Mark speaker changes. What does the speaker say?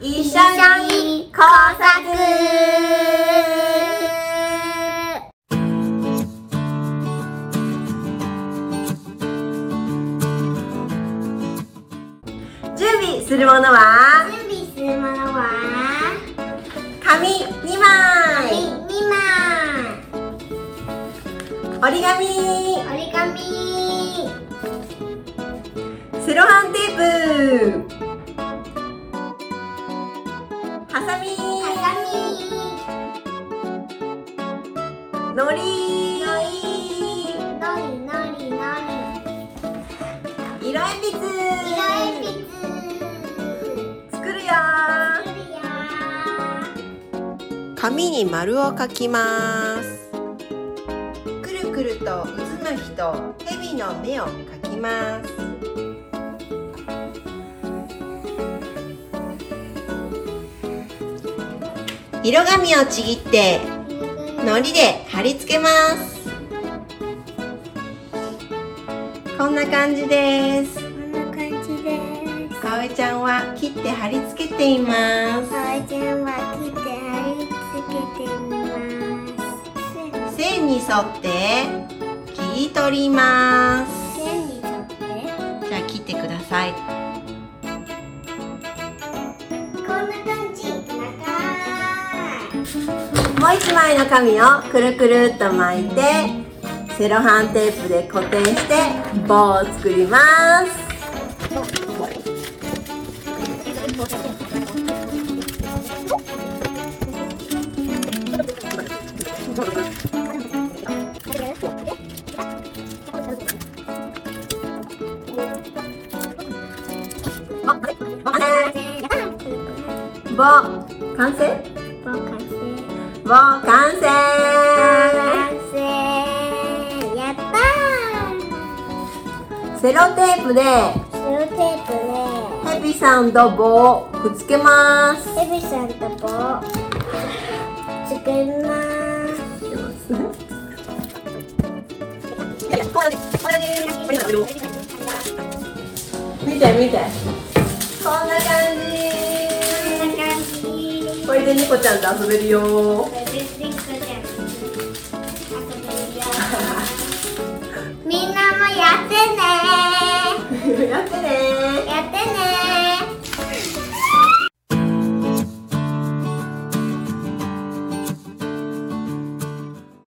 Speaker 1: 一
Speaker 2: 一緒に工作
Speaker 1: 準備するものは
Speaker 2: 準備するものは
Speaker 1: 紙2枚
Speaker 2: 紙2枚
Speaker 1: 折り紙
Speaker 2: 折り紙
Speaker 1: セロハンテープハサミ
Speaker 2: ハ
Speaker 1: のり
Speaker 2: サミのりのりの
Speaker 1: 色鉛筆
Speaker 2: り色鉛筆
Speaker 1: 作るよ
Speaker 2: 作るよー
Speaker 1: 紙に丸を描きますくるくると渦巻きと蛇の目を描きます色紙をちぎってのりで貼り付けますこんな感じです
Speaker 2: こんな感じです
Speaker 1: かおえちゃんは切って貼り付けています
Speaker 2: かおちゃんは切って貼り付けてみます
Speaker 1: 線に沿って切り取ります
Speaker 2: 線に沿って
Speaker 1: じゃあ切ってください
Speaker 2: こんな感じ中
Speaker 1: もう一枚の紙をくるくるっと巻いてセロハンテープで固定して棒を作ります棒完成
Speaker 2: ボカン
Speaker 1: 棒完成
Speaker 2: 完成やった
Speaker 1: セロテープで
Speaker 2: ー白テー
Speaker 1: ヘビさんと棒をくっつけます
Speaker 2: プでエビさんと棒を作ります
Speaker 1: 見て見てこんな感じ
Speaker 2: こんな感じ
Speaker 1: これで猫ちゃんと遊べるよ